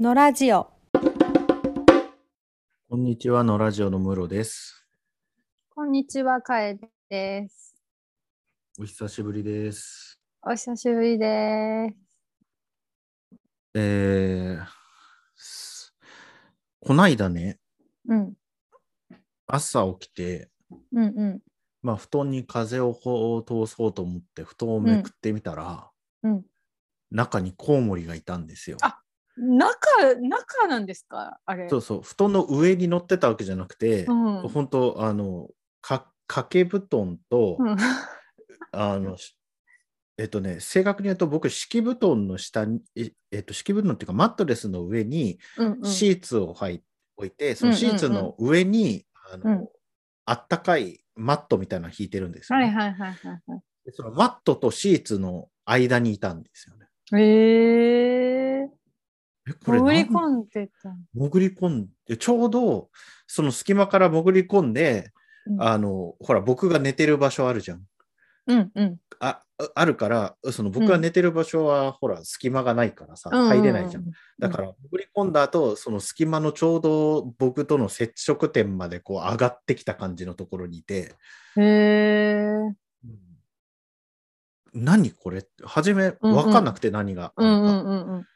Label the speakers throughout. Speaker 1: のラジオ
Speaker 2: こんにちは、のラジオのムロです。
Speaker 1: こんにちはかえです
Speaker 2: お久しぶりです。
Speaker 1: お久しぶりです
Speaker 2: えーす、こないだね、
Speaker 1: うん
Speaker 2: 朝起きて、
Speaker 1: うんう
Speaker 2: まあ、布団に風をこう通そうと思って、布団をめくってみたら、
Speaker 1: うんうん
Speaker 2: 中にコウモリがいたんですよ。
Speaker 3: あん中中なんですかあれ
Speaker 2: そうそう、布団の上に乗ってたわけじゃなくて、
Speaker 3: うん
Speaker 2: ほんと、あの、か掛け布団と、
Speaker 3: うん
Speaker 2: あの、しえっとね、正確に言うと僕、敷布団の下に、ええっと、敷布団っていうか、マットレスの上に
Speaker 3: うんうん
Speaker 2: シーツをはい置いて、その
Speaker 3: うんうん
Speaker 2: シ
Speaker 3: うん
Speaker 2: ーツの上に、あ
Speaker 3: う
Speaker 2: の
Speaker 3: ん、
Speaker 2: あったかいマットみたいなの引いてるんですよ
Speaker 3: はい
Speaker 2: ね。
Speaker 3: はいはいはいは
Speaker 2: でそのマットとシーツの間にいたんですよ
Speaker 3: い。
Speaker 2: ね。
Speaker 3: ええ
Speaker 2: え、これ
Speaker 3: 潜り
Speaker 2: な
Speaker 3: 込
Speaker 2: ん
Speaker 3: んでた。
Speaker 2: 潜り込んで、ちょうど、その隙間から潜り込んで、
Speaker 3: うん
Speaker 2: あの、ほら、僕が寝てる場所あるじゃん。
Speaker 3: うんうん
Speaker 2: あああるから、その僕が寝てる場所は、ほら、隙間がないからさ、入れないじゃん。
Speaker 3: うう
Speaker 2: だから、潜り込んだ後、その隙間のちょうど僕との接触点までこう上がってきた感じのところにいて、
Speaker 3: うん。ええ
Speaker 2: 何これって初め
Speaker 3: うん
Speaker 2: 分かんなくて何があ
Speaker 3: う
Speaker 2: る
Speaker 3: んう
Speaker 2: か、
Speaker 3: んうんうん。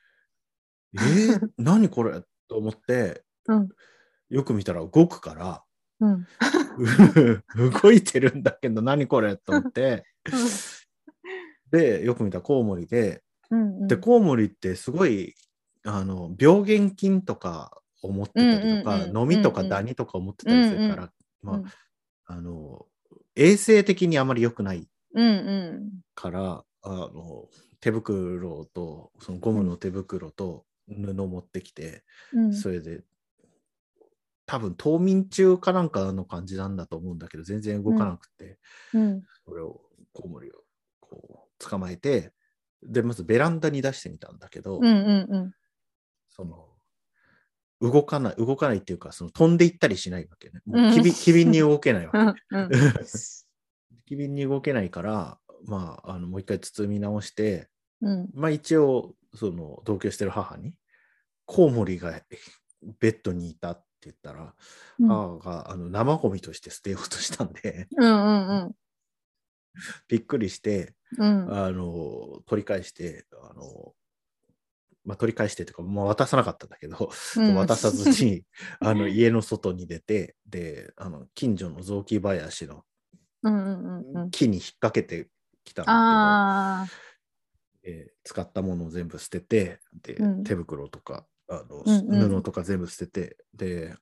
Speaker 2: えー 何これと思って、
Speaker 3: うん
Speaker 2: よく見たら動くから、
Speaker 3: うん
Speaker 2: 動いてるんだけど何これと思って、で、よく見たらコウモリで、
Speaker 3: うんうん
Speaker 2: でコウモリってすごいあの病原菌とかを持ってたりとか、
Speaker 3: うんうんうん
Speaker 2: ノミとかダニとかを持ってたりするから、
Speaker 3: うんうん
Speaker 2: まあ、あの衛生的にあまり良くない
Speaker 3: うんうん
Speaker 2: からあの手袋とそのゴムの手袋と布持ってきて、
Speaker 3: うん
Speaker 2: それで多分冬眠中かなんかの感じなんだと思うんだけど全然動かなくて、
Speaker 3: うん
Speaker 2: それをコウモリをこう捕まえてでまずベランダに出してみたんだけど、
Speaker 3: うんうん
Speaker 2: その動かない動かないっていうかその飛んでいったりしないわけね。
Speaker 3: う
Speaker 2: もうん 機敏機敏に動けないわ
Speaker 3: うん
Speaker 2: け。
Speaker 3: うん
Speaker 2: 機敏に動けないから、まあ、あのもう一回包み直して、
Speaker 3: うん
Speaker 2: まあ、一応その同居してる母にコウモリがベッドにいたって言ったら、
Speaker 3: うん
Speaker 2: 母があの生ゴミとして捨てようとしたんで
Speaker 3: うん
Speaker 2: びっくりして
Speaker 3: うん
Speaker 2: あの取り返してあの、まあ、取り返してとか、まあ、渡さなかったんだけど
Speaker 3: うん
Speaker 2: 渡さずにあの家の外に出てであの近所の雑木林の
Speaker 3: うんうんうんうん
Speaker 2: 木に引っ掛けてきたんだ
Speaker 3: ああ
Speaker 2: けど、えー使ったものを全部捨ててで、
Speaker 3: うん
Speaker 2: 手袋とかあの、
Speaker 3: うんうん
Speaker 2: 布とか全部捨ててで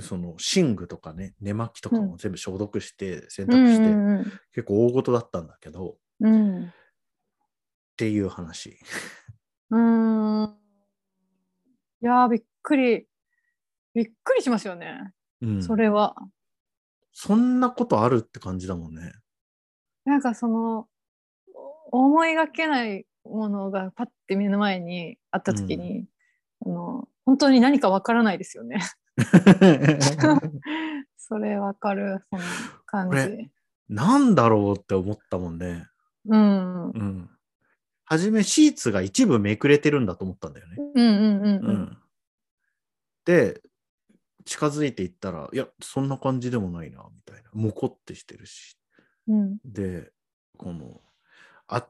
Speaker 2: その寝具とかね寝巻きとかも全部消毒して、
Speaker 3: う
Speaker 2: 洗
Speaker 3: ん
Speaker 2: 濯して、
Speaker 3: うん
Speaker 2: 結構大事だったんだけどっ
Speaker 3: うん
Speaker 2: ていう話。
Speaker 3: うんうーんいやーびっくりびっくりしますよね
Speaker 2: うん、
Speaker 3: それは。
Speaker 2: そんなことあるって感じだもん ね。
Speaker 3: なんかそのお思いがけないものがパッて目の前にあった時に、あの本当に何かわからないですよね。 それわかるその感
Speaker 2: こ
Speaker 3: じ。
Speaker 2: なんだろうって思ったもんね。
Speaker 3: うん、うん
Speaker 2: うん。はじめシーツが一部めくれてるんだと思ったんだよね。
Speaker 3: うんうんうん
Speaker 2: う。で、近づいていったら、いや、そんな感じでもないな、みたいな。もこってしてるし。
Speaker 3: うん
Speaker 2: で、この、あ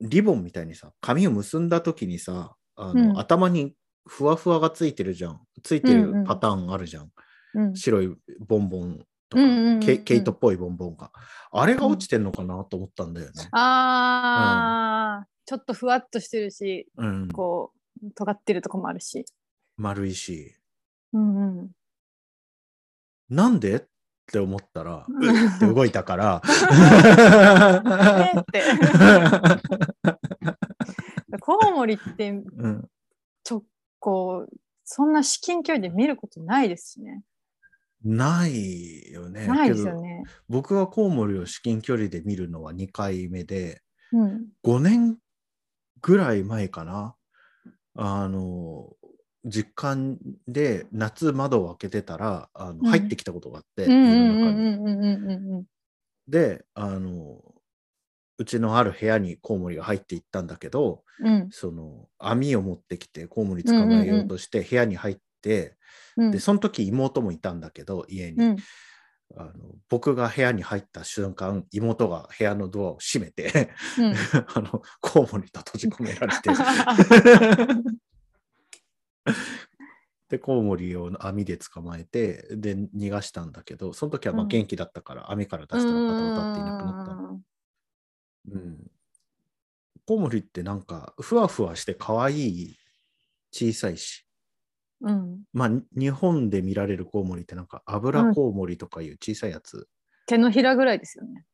Speaker 2: リボンみたいにさ、髪を結んだ時にさ、あの
Speaker 3: うん
Speaker 2: 頭にふわふわがついてるじゃん。ついて
Speaker 3: うんう
Speaker 2: る
Speaker 3: ん
Speaker 2: パターンあるじゃん。
Speaker 3: うん
Speaker 2: 白いボンボンとか、
Speaker 3: うんうんうんうん
Speaker 2: ケイケイトっぽいボンボンが。あれが落ちてんのかなと思ったんだよね。
Speaker 3: あー、ちょっとふわっとしてるし
Speaker 2: うん、
Speaker 3: こう尖ってるとこもあるし。
Speaker 2: 丸いし。
Speaker 3: うんうん、
Speaker 2: なんでって思ったら、
Speaker 3: ん
Speaker 2: うって動いたから。
Speaker 3: えーって。 コウモリって
Speaker 2: うん、
Speaker 3: ちょこうそんな至近距離で見ることないですしね。
Speaker 2: ないよね。
Speaker 3: ないですよ
Speaker 2: けど
Speaker 3: ね。
Speaker 2: 僕はコウモリを至近距離で見るのは2回目で、
Speaker 3: うん、
Speaker 2: 5年ぐらい前かな。あの、実感で夏窓を開けてたらあ
Speaker 3: う
Speaker 2: の
Speaker 3: ん
Speaker 2: 入ってきたことがあって、
Speaker 3: うんうん
Speaker 2: 家
Speaker 3: う
Speaker 2: の中
Speaker 3: ん
Speaker 2: に
Speaker 3: うんうんうんうん
Speaker 2: で、あの、うちのある部屋にコウモリが入っていったんだけど
Speaker 1: うん
Speaker 2: その網を持ってきてコウモリ捕まえようとして部屋に入って、
Speaker 1: うん
Speaker 2: でその時妹もいたんだけど家に、
Speaker 1: うん
Speaker 2: あの僕が部屋に入った瞬間妹が部屋のドアを閉めて
Speaker 1: うん
Speaker 2: あのコウモリと閉じ込められ てでコウモリを網で捕まえてで逃がしたんだけどその時はまあ
Speaker 1: うん
Speaker 2: 元気だったから、網から出したらバタバタっていなくなったのうん、コウモリってなんかふわふわして可愛い小さいし
Speaker 3: うん、
Speaker 2: まあに日本で見られるコウモリってなんか油コウモリとかいう小さいやつ、
Speaker 3: 手のひらぐらいですよね。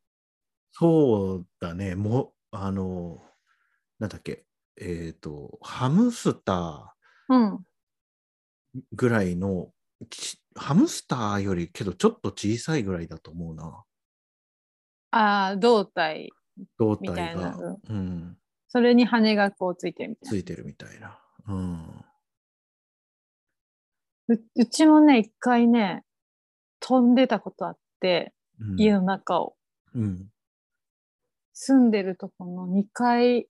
Speaker 2: そうだねもうあのなんだっけえっ、とハムスタ
Speaker 3: うん、
Speaker 2: ーぐらいのちハムスターよりけどちょっと小さいぐらいだと思うな
Speaker 3: ああ胴体
Speaker 2: 胴
Speaker 3: みた
Speaker 2: 体
Speaker 3: いな
Speaker 2: が、うん、
Speaker 3: それに羽がこうついてるみたいな
Speaker 2: ついてるみたいな。うん
Speaker 3: ううちもね一回ね飛んでたことあって
Speaker 2: うん
Speaker 3: 家の中を、
Speaker 2: うん
Speaker 3: 住んでるとこの2階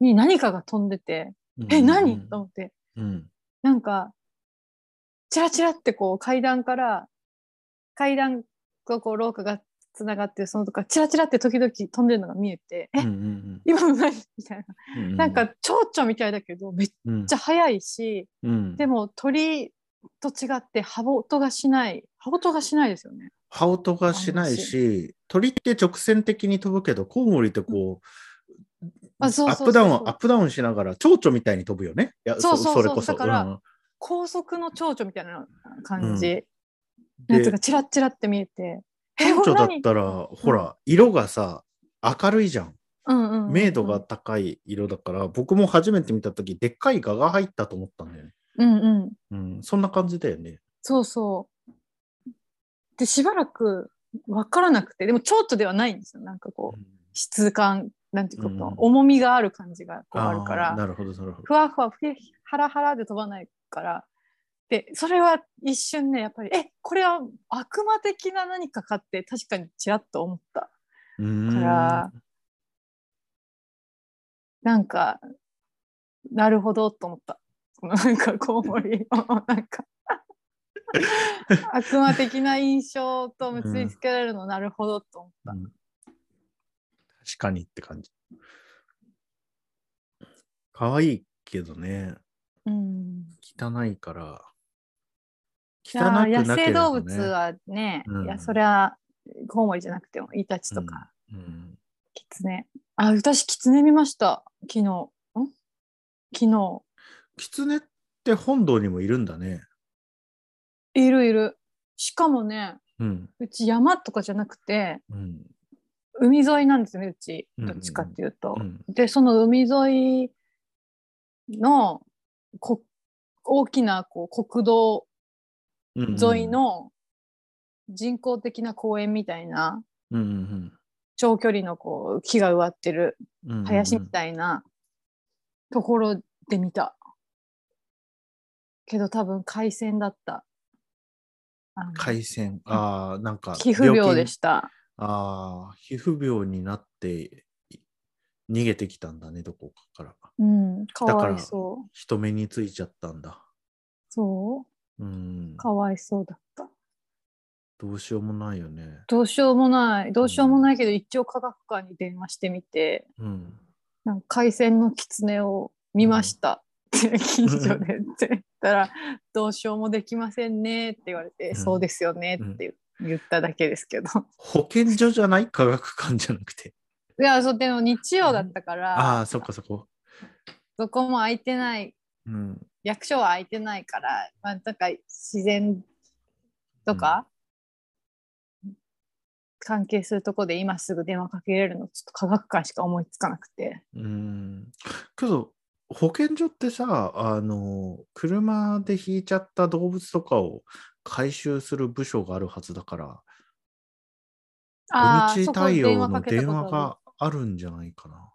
Speaker 3: に何かが飛んでて「え
Speaker 2: うん
Speaker 3: 何
Speaker 2: うん
Speaker 3: と思って
Speaker 2: うん
Speaker 3: なんかチラチラってこう階段から階段がこう廊下がつながってるそのとかチラチラって時々飛んでるのが見えて「
Speaker 2: う
Speaker 3: え
Speaker 2: ん
Speaker 3: 今の何?」みたいな、
Speaker 2: うんうん
Speaker 3: なんか蝶々みたいだけどめっ
Speaker 2: めっ
Speaker 3: ちゃ速いしで
Speaker 2: も
Speaker 3: も鳥と違って羽音がしない羽音がしないですよね。
Speaker 2: 羽音がしないし鳥って直線的に飛ぶけどコウモリってこう、
Speaker 3: あそう
Speaker 2: ア
Speaker 3: そ
Speaker 2: ッ
Speaker 3: うそう
Speaker 2: プダウン
Speaker 3: そう
Speaker 2: アップダウンしながら蝶々みたいに飛ぶよねいや
Speaker 3: そうそうそう
Speaker 2: れこそ
Speaker 3: だから
Speaker 2: うん
Speaker 3: 高速の蝶々みたいな感
Speaker 2: う
Speaker 3: じ、
Speaker 2: で
Speaker 3: やつがチラッチラって見えてえ
Speaker 2: 蝶々だっ
Speaker 3: こ
Speaker 2: たら、ほら色がさ明るいじゃん
Speaker 3: れ何うんうんうん
Speaker 2: 明度が高い色だから、僕も初めて見た時でっかい蛾が入ったと思ったんだよね、
Speaker 3: うんうん
Speaker 2: うん、そんな感じだよね
Speaker 3: そうそうでしばらく分からなくてでも蝶々ではないんですよなんかこう質感なんていうかこう
Speaker 2: うん
Speaker 3: 重みがある感じがこう
Speaker 2: ー
Speaker 3: あるから
Speaker 2: なるほどなるほど
Speaker 3: ふわふわふやハラハラで飛ばないからでそれは一瞬ねやっぱりえこれは悪魔的な何かかって確かにちらっと思った
Speaker 2: うーん
Speaker 3: からなんかなるほどと思ったこのなんかコウモリをなんか悪魔的な印象と結びつけられるのなるほどと思った、
Speaker 2: うん確かにって感じ。可愛いけどね、
Speaker 3: うん、
Speaker 2: 汚いから。
Speaker 3: いやー
Speaker 2: 汚
Speaker 3: 野
Speaker 2: くなけ
Speaker 3: 生
Speaker 2: れば
Speaker 3: 動物
Speaker 2: ね。
Speaker 3: はね、
Speaker 2: うん
Speaker 3: いやそりゃコウモリじゃなくてもイタチとか、
Speaker 2: うん
Speaker 3: キツネ。あ、私キツネ見ました。昨日。ん昨日。
Speaker 2: キツネって本堂にもいるんだね。
Speaker 3: いるいる。しかもね、
Speaker 2: うん。
Speaker 3: うち山とかじゃなくて、
Speaker 2: うん。
Speaker 3: 海沿いなんですよね、うち。
Speaker 2: うんうん
Speaker 3: どっちかっていうと。
Speaker 2: うん
Speaker 3: で、その海沿いのこ大きなこう国道沿い、の人工的な公園みたいな、
Speaker 2: うんうん
Speaker 3: 長距離のこう木が植わってる
Speaker 2: うんうんうん、
Speaker 3: 林みたいなところで見た。けど多分海鮮だった。あの
Speaker 2: 海鮮。ああ、なんか。
Speaker 3: 皮膚病でした。
Speaker 2: た。ああ、皮膚病になってい逃げてきたんだね、どこかから。
Speaker 3: うん、か
Speaker 2: だ
Speaker 3: わ
Speaker 2: から
Speaker 3: いそう。
Speaker 2: 人目についちゃったんだ。
Speaker 3: そ
Speaker 2: うん
Speaker 3: う、。かわいそうだった。
Speaker 2: どうしようもないよね。
Speaker 3: どうしようもない、どうしようもないけど、一応科学館に電話してみて、
Speaker 2: うん。
Speaker 3: なんか海鮮の狐を見ました。って 近所でって言ったら「どうしようもできませんね」って言われて「
Speaker 2: うん
Speaker 3: そうですよね」って言っただけですけど、
Speaker 2: 保健所じゃない科学館じゃなくて。
Speaker 3: いやそうでも日曜だったから、
Speaker 2: ああ、そっかそこ。
Speaker 3: どこも空いてない
Speaker 2: うん。
Speaker 3: 役所は空いてないから、まあ、なんか自然とか、関係するとこで今すぐ電話かけれるのちょっと科学館しか思いつかなくて
Speaker 2: うん。けど、保健所ってさ、あの、車で引いちゃった動物とかを回収する部署があるはずだから、
Speaker 3: ああ
Speaker 2: 土日
Speaker 3: そこ
Speaker 2: 対
Speaker 3: 電
Speaker 2: 応
Speaker 3: 話か
Speaker 2: の
Speaker 3: けた
Speaker 2: 電
Speaker 3: ことあ
Speaker 2: 話
Speaker 3: る
Speaker 2: があるんじゃないかな。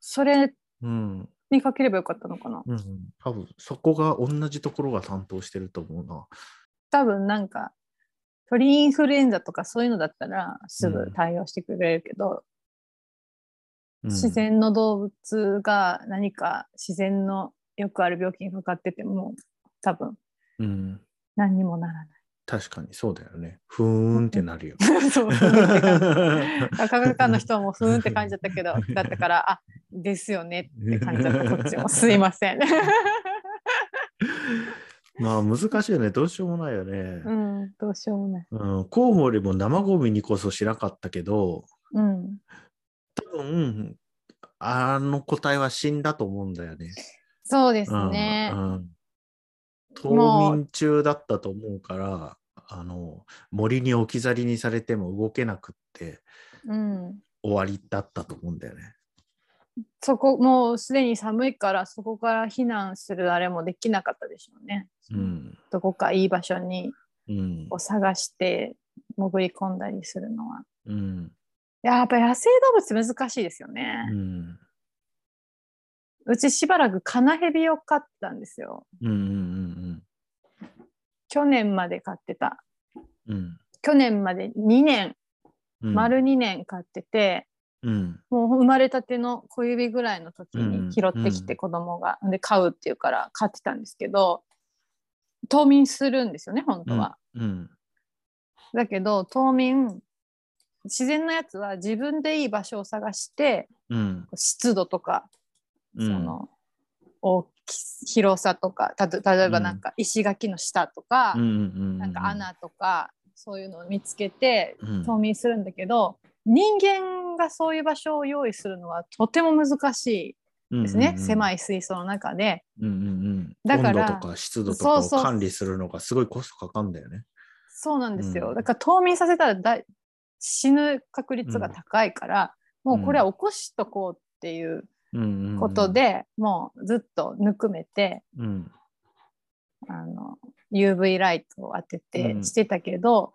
Speaker 3: それ
Speaker 2: うん。
Speaker 3: にかければよかったのかな
Speaker 2: うん。多分、そこが同じところが担当してると思うな。
Speaker 3: 多分なんか鳥インフルエンザとかそういうのだったらすぐ対応してくれるけど、
Speaker 2: うん
Speaker 3: 自然の動物が何か自然のよくある病気にかかってても多分
Speaker 2: うん。
Speaker 3: 何にもならな い。
Speaker 2: 確かにそうだよね。ふーんってなるよ。
Speaker 3: そうふーんって感じ科学館の人もふーんって感じだったけどだったからあですよねって感じだったこっちもすいま せん。
Speaker 2: まあ難しいよね。どうしようもないよね。
Speaker 3: うん、どうしようもない。
Speaker 2: うん、コウモリも生ゴミにこそしなかったけど、
Speaker 3: うん、
Speaker 2: 多分あの個体は死んだと思うんだよね。
Speaker 3: そうです
Speaker 2: うん
Speaker 3: ね。
Speaker 2: うん
Speaker 3: も
Speaker 2: 冬
Speaker 3: う
Speaker 2: 眠中だったと思うからあの森に置き去りにされても動けなくって
Speaker 3: うん、
Speaker 2: 終わりだったと思うんだよね。
Speaker 3: そこもうすでに寒いからそこから避難するあれもできなかったでしょうね。
Speaker 2: うん
Speaker 3: どこかいい場所に
Speaker 2: うん
Speaker 3: を探して潜り込んだりするのは。
Speaker 2: うん
Speaker 3: いややっぱ野生動物難しいですよ
Speaker 2: う
Speaker 3: ね。
Speaker 2: ん
Speaker 3: うちしばらくカナヘビを飼ってたんですよ。
Speaker 2: うんうんうん
Speaker 3: 去年まで飼ってた。
Speaker 2: うん
Speaker 3: 去年まで2年、
Speaker 2: うん
Speaker 3: 丸2年飼ってて、
Speaker 2: うん
Speaker 3: もう生まれたての小指ぐらいの時に拾ってき
Speaker 2: うんう
Speaker 3: て子供が、で飼うっていうから飼ってたんですけど冬眠するんですよね本当は。
Speaker 2: うん
Speaker 3: だけど冬眠自然のやつは自分でいい場所を探して
Speaker 2: うん
Speaker 3: 湿度とか、
Speaker 2: うん
Speaker 3: その大き広さとかたと例えばなんか石垣の下とか、
Speaker 2: うんうんうん
Speaker 3: なんか穴とかそういうのを見つけて
Speaker 2: うん
Speaker 3: 冬眠するんだけど、人間がそういう場所を用意するのはとても難しいですね、狭
Speaker 2: い
Speaker 3: い水槽の中で
Speaker 2: うんうんうん
Speaker 3: だから
Speaker 2: 温度とか湿度とかを
Speaker 3: そうそう
Speaker 2: 管理するのがすごいコストかかんだよね。
Speaker 3: そうなんですよ、
Speaker 2: うん
Speaker 3: だから冬眠させたらだい死ぬ確率が高いから、もうこれは起こしとこうっていう
Speaker 2: うんうんうん
Speaker 3: こと、で、もうずっとぬくめて
Speaker 2: うん
Speaker 3: あの UV ライトを当て
Speaker 2: う
Speaker 3: て
Speaker 2: ん
Speaker 3: してたけど、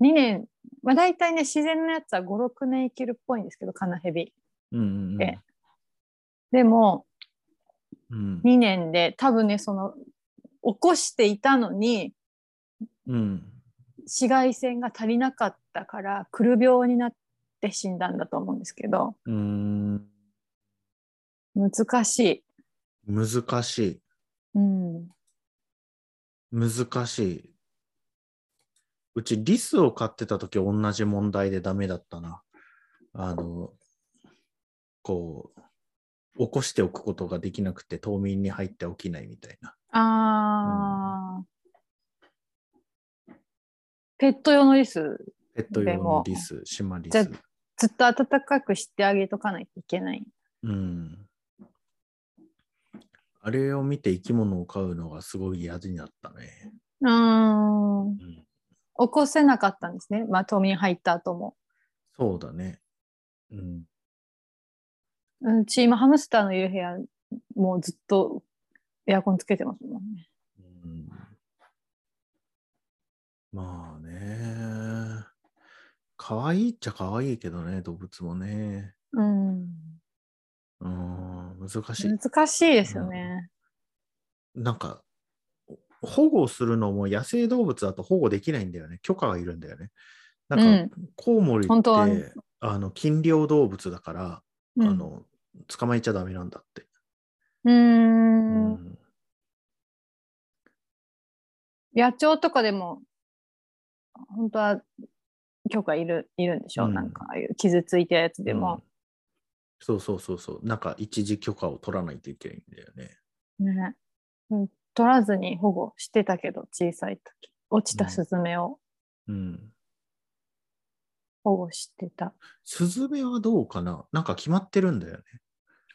Speaker 3: 2年、まあ、大体ね自然のやつは56年生きるっぽいんですけどカナヘビ
Speaker 2: うんうんうん
Speaker 3: ででも
Speaker 2: うん
Speaker 3: 2年で多分ねその起こしていたのに
Speaker 2: うん
Speaker 3: 紫外線が足りなかったからくる病になって死んだんだと思うんですけど
Speaker 2: うーん
Speaker 3: 難しい、
Speaker 2: 難しい
Speaker 3: うん、
Speaker 2: 難しいうちリスを飼ってた時同じ問題でダメだったなあのこう起こしておくことができなくて冬眠に入って起きないみたいな
Speaker 3: あー、ペット用のリス
Speaker 2: ペット用のリスシマリ
Speaker 3: じゃ
Speaker 2: ス
Speaker 3: ずっと暖かくしてあげとかないといけない。
Speaker 2: うんあれを見て生き物を飼うのがすごい嫌になったね、
Speaker 3: うーん。
Speaker 2: うん、
Speaker 3: 起こせなかったんですね。まあ、冬眠入った後も。
Speaker 2: そうだねうん
Speaker 3: うん、チームハムスターのいる部屋、もうずっとエアコンつけてますもんね。
Speaker 2: うんまあね。可愛いっちゃ可愛いけどね、動物もね。
Speaker 3: うん。
Speaker 2: うん、難しい。
Speaker 3: 難しいですよね。
Speaker 2: なんか、保護するのも野生動物だと保護できないんだよね。許可がいるんだよね。なんか、
Speaker 3: うん
Speaker 2: コウモリ
Speaker 3: 本当は
Speaker 2: って、あの、禁猟動物だから、
Speaker 3: うん。
Speaker 2: あの、捕まえちゃダメなんだって。
Speaker 3: うー。
Speaker 2: うんん。
Speaker 3: 野鳥とかでも、本当は許可いるいるんでしょう、
Speaker 2: うん
Speaker 3: なんか、ああいう傷ついたやつでも。
Speaker 2: そうそうそうそう。なんか、一時許可を取らないといけないんだよね。
Speaker 3: ね、うん取らずに保護してたけど小さい時落ちたスズメを
Speaker 2: うん。
Speaker 3: 保護してた、
Speaker 2: スズメはどうかななんか決まってるんだよね。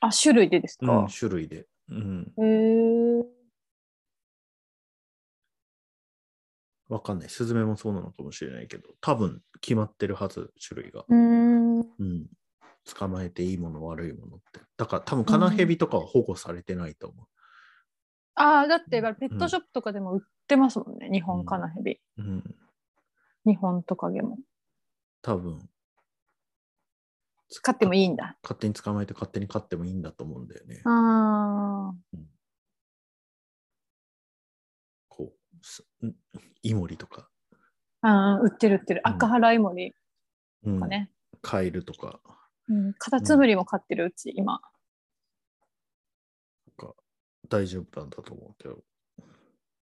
Speaker 3: あ種類でです
Speaker 2: うん
Speaker 3: か、
Speaker 2: 種類で。うん。
Speaker 3: へえ
Speaker 2: わかんない。スズメもそうなのかもしれないけど、多分決まってるはず、種類が。
Speaker 3: うん
Speaker 2: うん。捕まえていいもの、悪いものって。だから多分カナヘビとかは保護されてないと思
Speaker 3: ああだってペットショップとかでも売ってますもんね、日本カナヘビ
Speaker 2: う。うん。
Speaker 3: 日本トカゲも
Speaker 2: 多分。
Speaker 3: 飼ってもいいんだ
Speaker 2: 勝手に捕まえて勝手に飼ってもいいんだと思うんだよね。
Speaker 3: あ
Speaker 2: こうすん。イモリとか。
Speaker 3: ーあー売ってる売ってる
Speaker 2: うん
Speaker 3: 赤原イモリ
Speaker 2: うん
Speaker 3: とかね、
Speaker 2: カエルとか。
Speaker 3: うん、カタツムリも飼ってるうち、今。
Speaker 2: なんか大丈夫なんだと思うけど。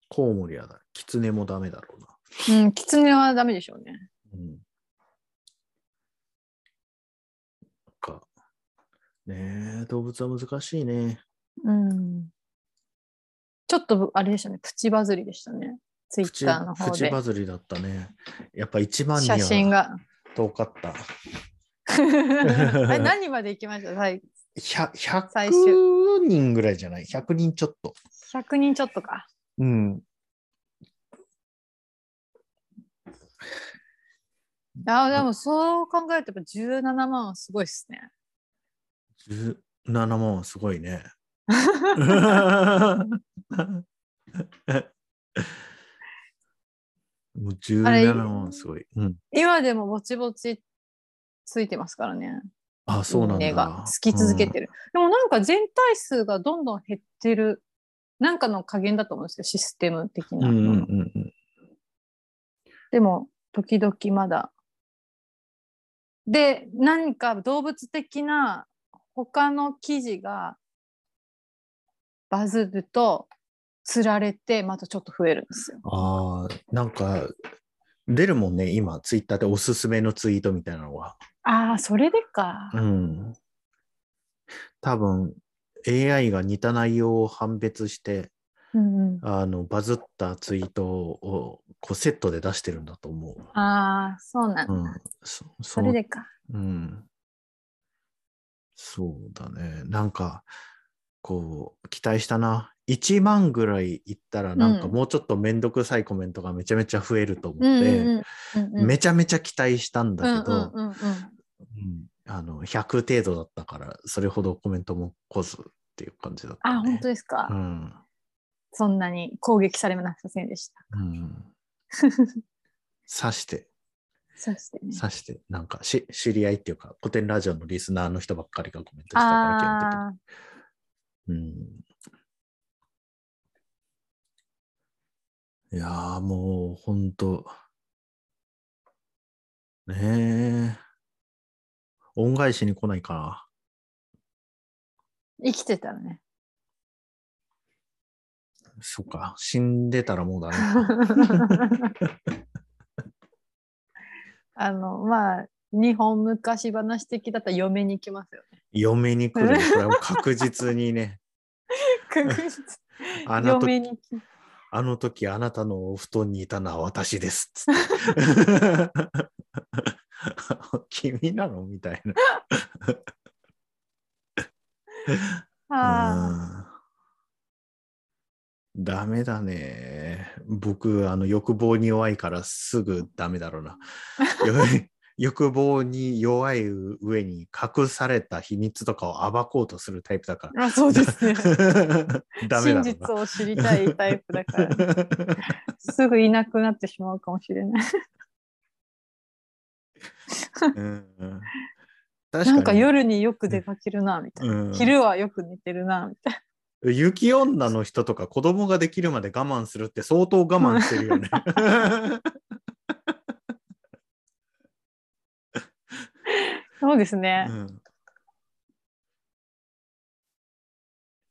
Speaker 2: コウモリはだ、キツネもダメだろうな。
Speaker 3: うん、キツネはダメでしょうね。
Speaker 2: うん。なんか、ねえ、動物は難しいね。
Speaker 3: うん。ちょっと、あれでしたね、プチバズりでしたね。ツイ
Speaker 2: プチ
Speaker 3: ッターの方
Speaker 2: プチ
Speaker 3: で
Speaker 2: バ。ズりだったね。やっぱ一番に
Speaker 3: 写真
Speaker 2: は
Speaker 3: が。
Speaker 2: 遠かった。
Speaker 3: え何まで行きました 最
Speaker 2: 100,
Speaker 3: 最終
Speaker 2: 100人ぐらいじゃない ?100 人ちょっと。
Speaker 3: 100人ちょっとか。
Speaker 2: うん。
Speaker 3: あでもそう考えるとやっぱ17万はすごいっすね。
Speaker 2: 17万はすごいね。 もう17万はすごい。うん、
Speaker 3: 今でもぼちぼちついてますからね。
Speaker 2: あ、そうな
Speaker 3: い
Speaker 2: ん
Speaker 3: いね
Speaker 2: だ
Speaker 3: が。つき続けてる、でもなんか全体数がどんどん減ってる。なんかの加減だと思うんですけど、システム的
Speaker 2: う
Speaker 3: な。
Speaker 2: ん。うんうんうんうん。
Speaker 3: でも、時々まだ。で、何か動物的な他の記事がバズると、釣られて、またちょっと増えるんですよ。
Speaker 2: ああ、なんか、出るもんね、今、ツイッターでおすすめのツイートみたいなのが。
Speaker 3: ああ、それでか。
Speaker 2: うん。多分、AI が似た内容を判別して、
Speaker 3: うんうん、
Speaker 2: あの、バズったツイートを、こう、セットで出してるんだと思う。
Speaker 3: ああ、そうなんだ。
Speaker 2: うん。そそ
Speaker 3: そ
Speaker 2: の
Speaker 3: れでか。
Speaker 2: うん。そうだね。なんか、こう、期待したな。1万ぐらいいったら、なんか
Speaker 3: うん
Speaker 2: もうちょっとめんどくさいコメントがめちゃめちゃ増えると思
Speaker 3: うん
Speaker 2: っ
Speaker 3: うん
Speaker 2: て、
Speaker 3: うんうん
Speaker 2: めちゃめちゃ期待したんだけど、
Speaker 3: うんうんうんうん
Speaker 2: うんあの100程度だったから、それほどコメントも来ずっていう感じだった、ね。
Speaker 3: あ、本当ですか、
Speaker 2: うん。
Speaker 3: そんなに攻撃されませんでした。
Speaker 2: うん。刺して、
Speaker 3: そしてね。
Speaker 2: 刺して、なんかし知り合いっていうか、古典ラジオのリスナーの人ばっかりがコメントしたから、基本的
Speaker 3: ああ、
Speaker 2: にうんいやーもうほんと、ねえ、恩返しに来ないか
Speaker 3: 生きてたらね。
Speaker 2: な。そっか、死んでたらもうだね。
Speaker 3: あの、まあ、日本昔話的だったら嫁に行きますよね。
Speaker 2: 嫁に来るね。これはもう確実にね、あの
Speaker 3: 嫁
Speaker 2: 時、
Speaker 3: に行き
Speaker 2: あの時あなたのお布団にいたのは私です。つって 君なのみたいな。
Speaker 3: あ
Speaker 2: うんダメだね。僕、あの欲望に弱いからすぐダメだろうな。 欲欲望に弱い上に隠された秘密とかを暴こうとするタイプだか
Speaker 3: ーあ、そうですね。
Speaker 2: ら。 ダ
Speaker 3: 真
Speaker 2: メだろうな。
Speaker 3: 実を知りたいタイプだから、すぐいなくなってしまうかもしれない。
Speaker 2: うん確
Speaker 3: なんか
Speaker 2: に
Speaker 3: 夜によく出かけるな、みたいな。
Speaker 2: うん
Speaker 3: 昼はよく寝てるな、みたい
Speaker 2: 雪女の人とか子供ができるまで我慢するって相当我慢してるよね。
Speaker 3: な。 そうです ね。
Speaker 2: うん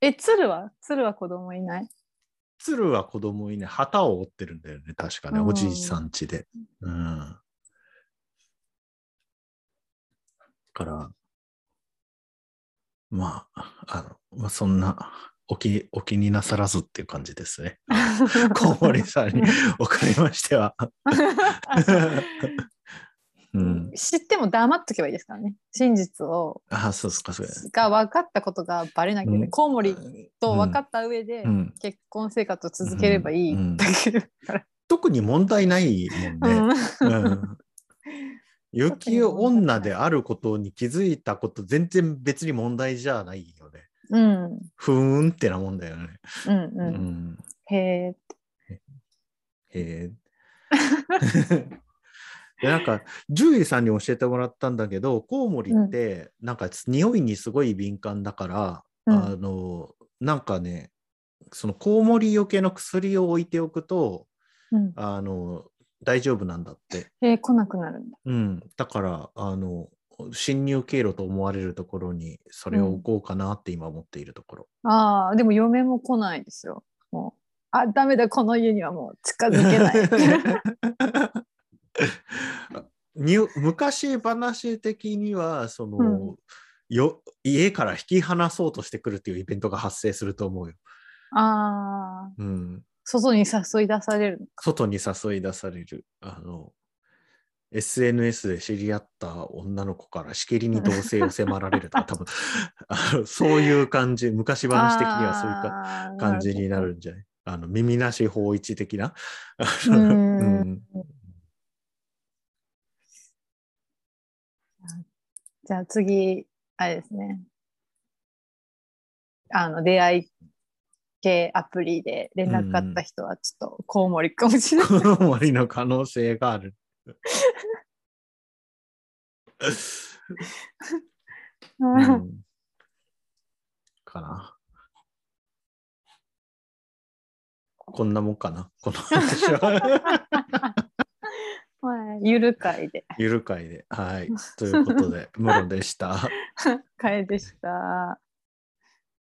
Speaker 3: え、鶴は鶴は子供いない
Speaker 2: 鶴は子供にね、旗を折ってるんだよね、確かね、
Speaker 3: うん
Speaker 2: おじいさん家で。うん。だから、まあ、あの、まあ、そんな、お気、お気になさらずっていう感じです ね。小森さんにおかれましては。うん。
Speaker 3: 知っても黙っとけばいいですからね。真実を
Speaker 2: あ、そうですか、そうです。
Speaker 3: が分かったことがバレなければ、
Speaker 2: うん
Speaker 3: コウモリと分かった上で
Speaker 2: うん。
Speaker 3: 結婚生活を続ければいい
Speaker 2: うん
Speaker 3: だけだから。
Speaker 2: 特に問題ないもんね。
Speaker 3: うん
Speaker 2: うん雪女であることに気づいたこと全然別に問題じゃないよね。
Speaker 3: うん
Speaker 2: ふーんってなもんだよね。
Speaker 3: うん
Speaker 2: う、
Speaker 3: うんん。へえ。
Speaker 2: へえ。でなんか獣医さんに教えてもらったんだけどコウモリってなんか匂いにすごい敏感だから、
Speaker 3: うん
Speaker 2: あのなんかねそのコウモリよけの薬を置いておくと
Speaker 3: うん
Speaker 2: あの大丈夫なんだって。
Speaker 3: へえ、来なくなるんだ。
Speaker 2: うん、だからあの侵入経路と思われるところにそれを置こうかなって今思っているところ。
Speaker 3: ああ、でも嫁も来ないですよ。もう。あ、ダメだ、この家にはもう近づけ ない。
Speaker 2: に昔話的にはその、
Speaker 3: う
Speaker 2: よ家から引き離そうとしてくるっていうイベントが発生すると思うよ。
Speaker 3: ああ、
Speaker 2: うん、
Speaker 3: 外に誘い出されるの。
Speaker 2: 外に誘い出されるあの SNS で知り合った女の子からしきりに同棲を迫られるとか多分あのそういう感じ昔話的にはそういうか
Speaker 3: あー
Speaker 2: 感じにな。るんじゃないあの耳なし法一的なあ
Speaker 3: う
Speaker 2: の
Speaker 3: ん
Speaker 2: うん
Speaker 3: じゃあ次、あれですね。あの、出会い系アプリで連絡があった人は、ちょっとコウモリかもしれない。
Speaker 2: コウモリの可能性がある。うん、かな。こんなもんかな。この話 は。
Speaker 3: はいゆる会で。
Speaker 2: ゆる会で。はい。ということで、ムロでした。
Speaker 3: 会でした。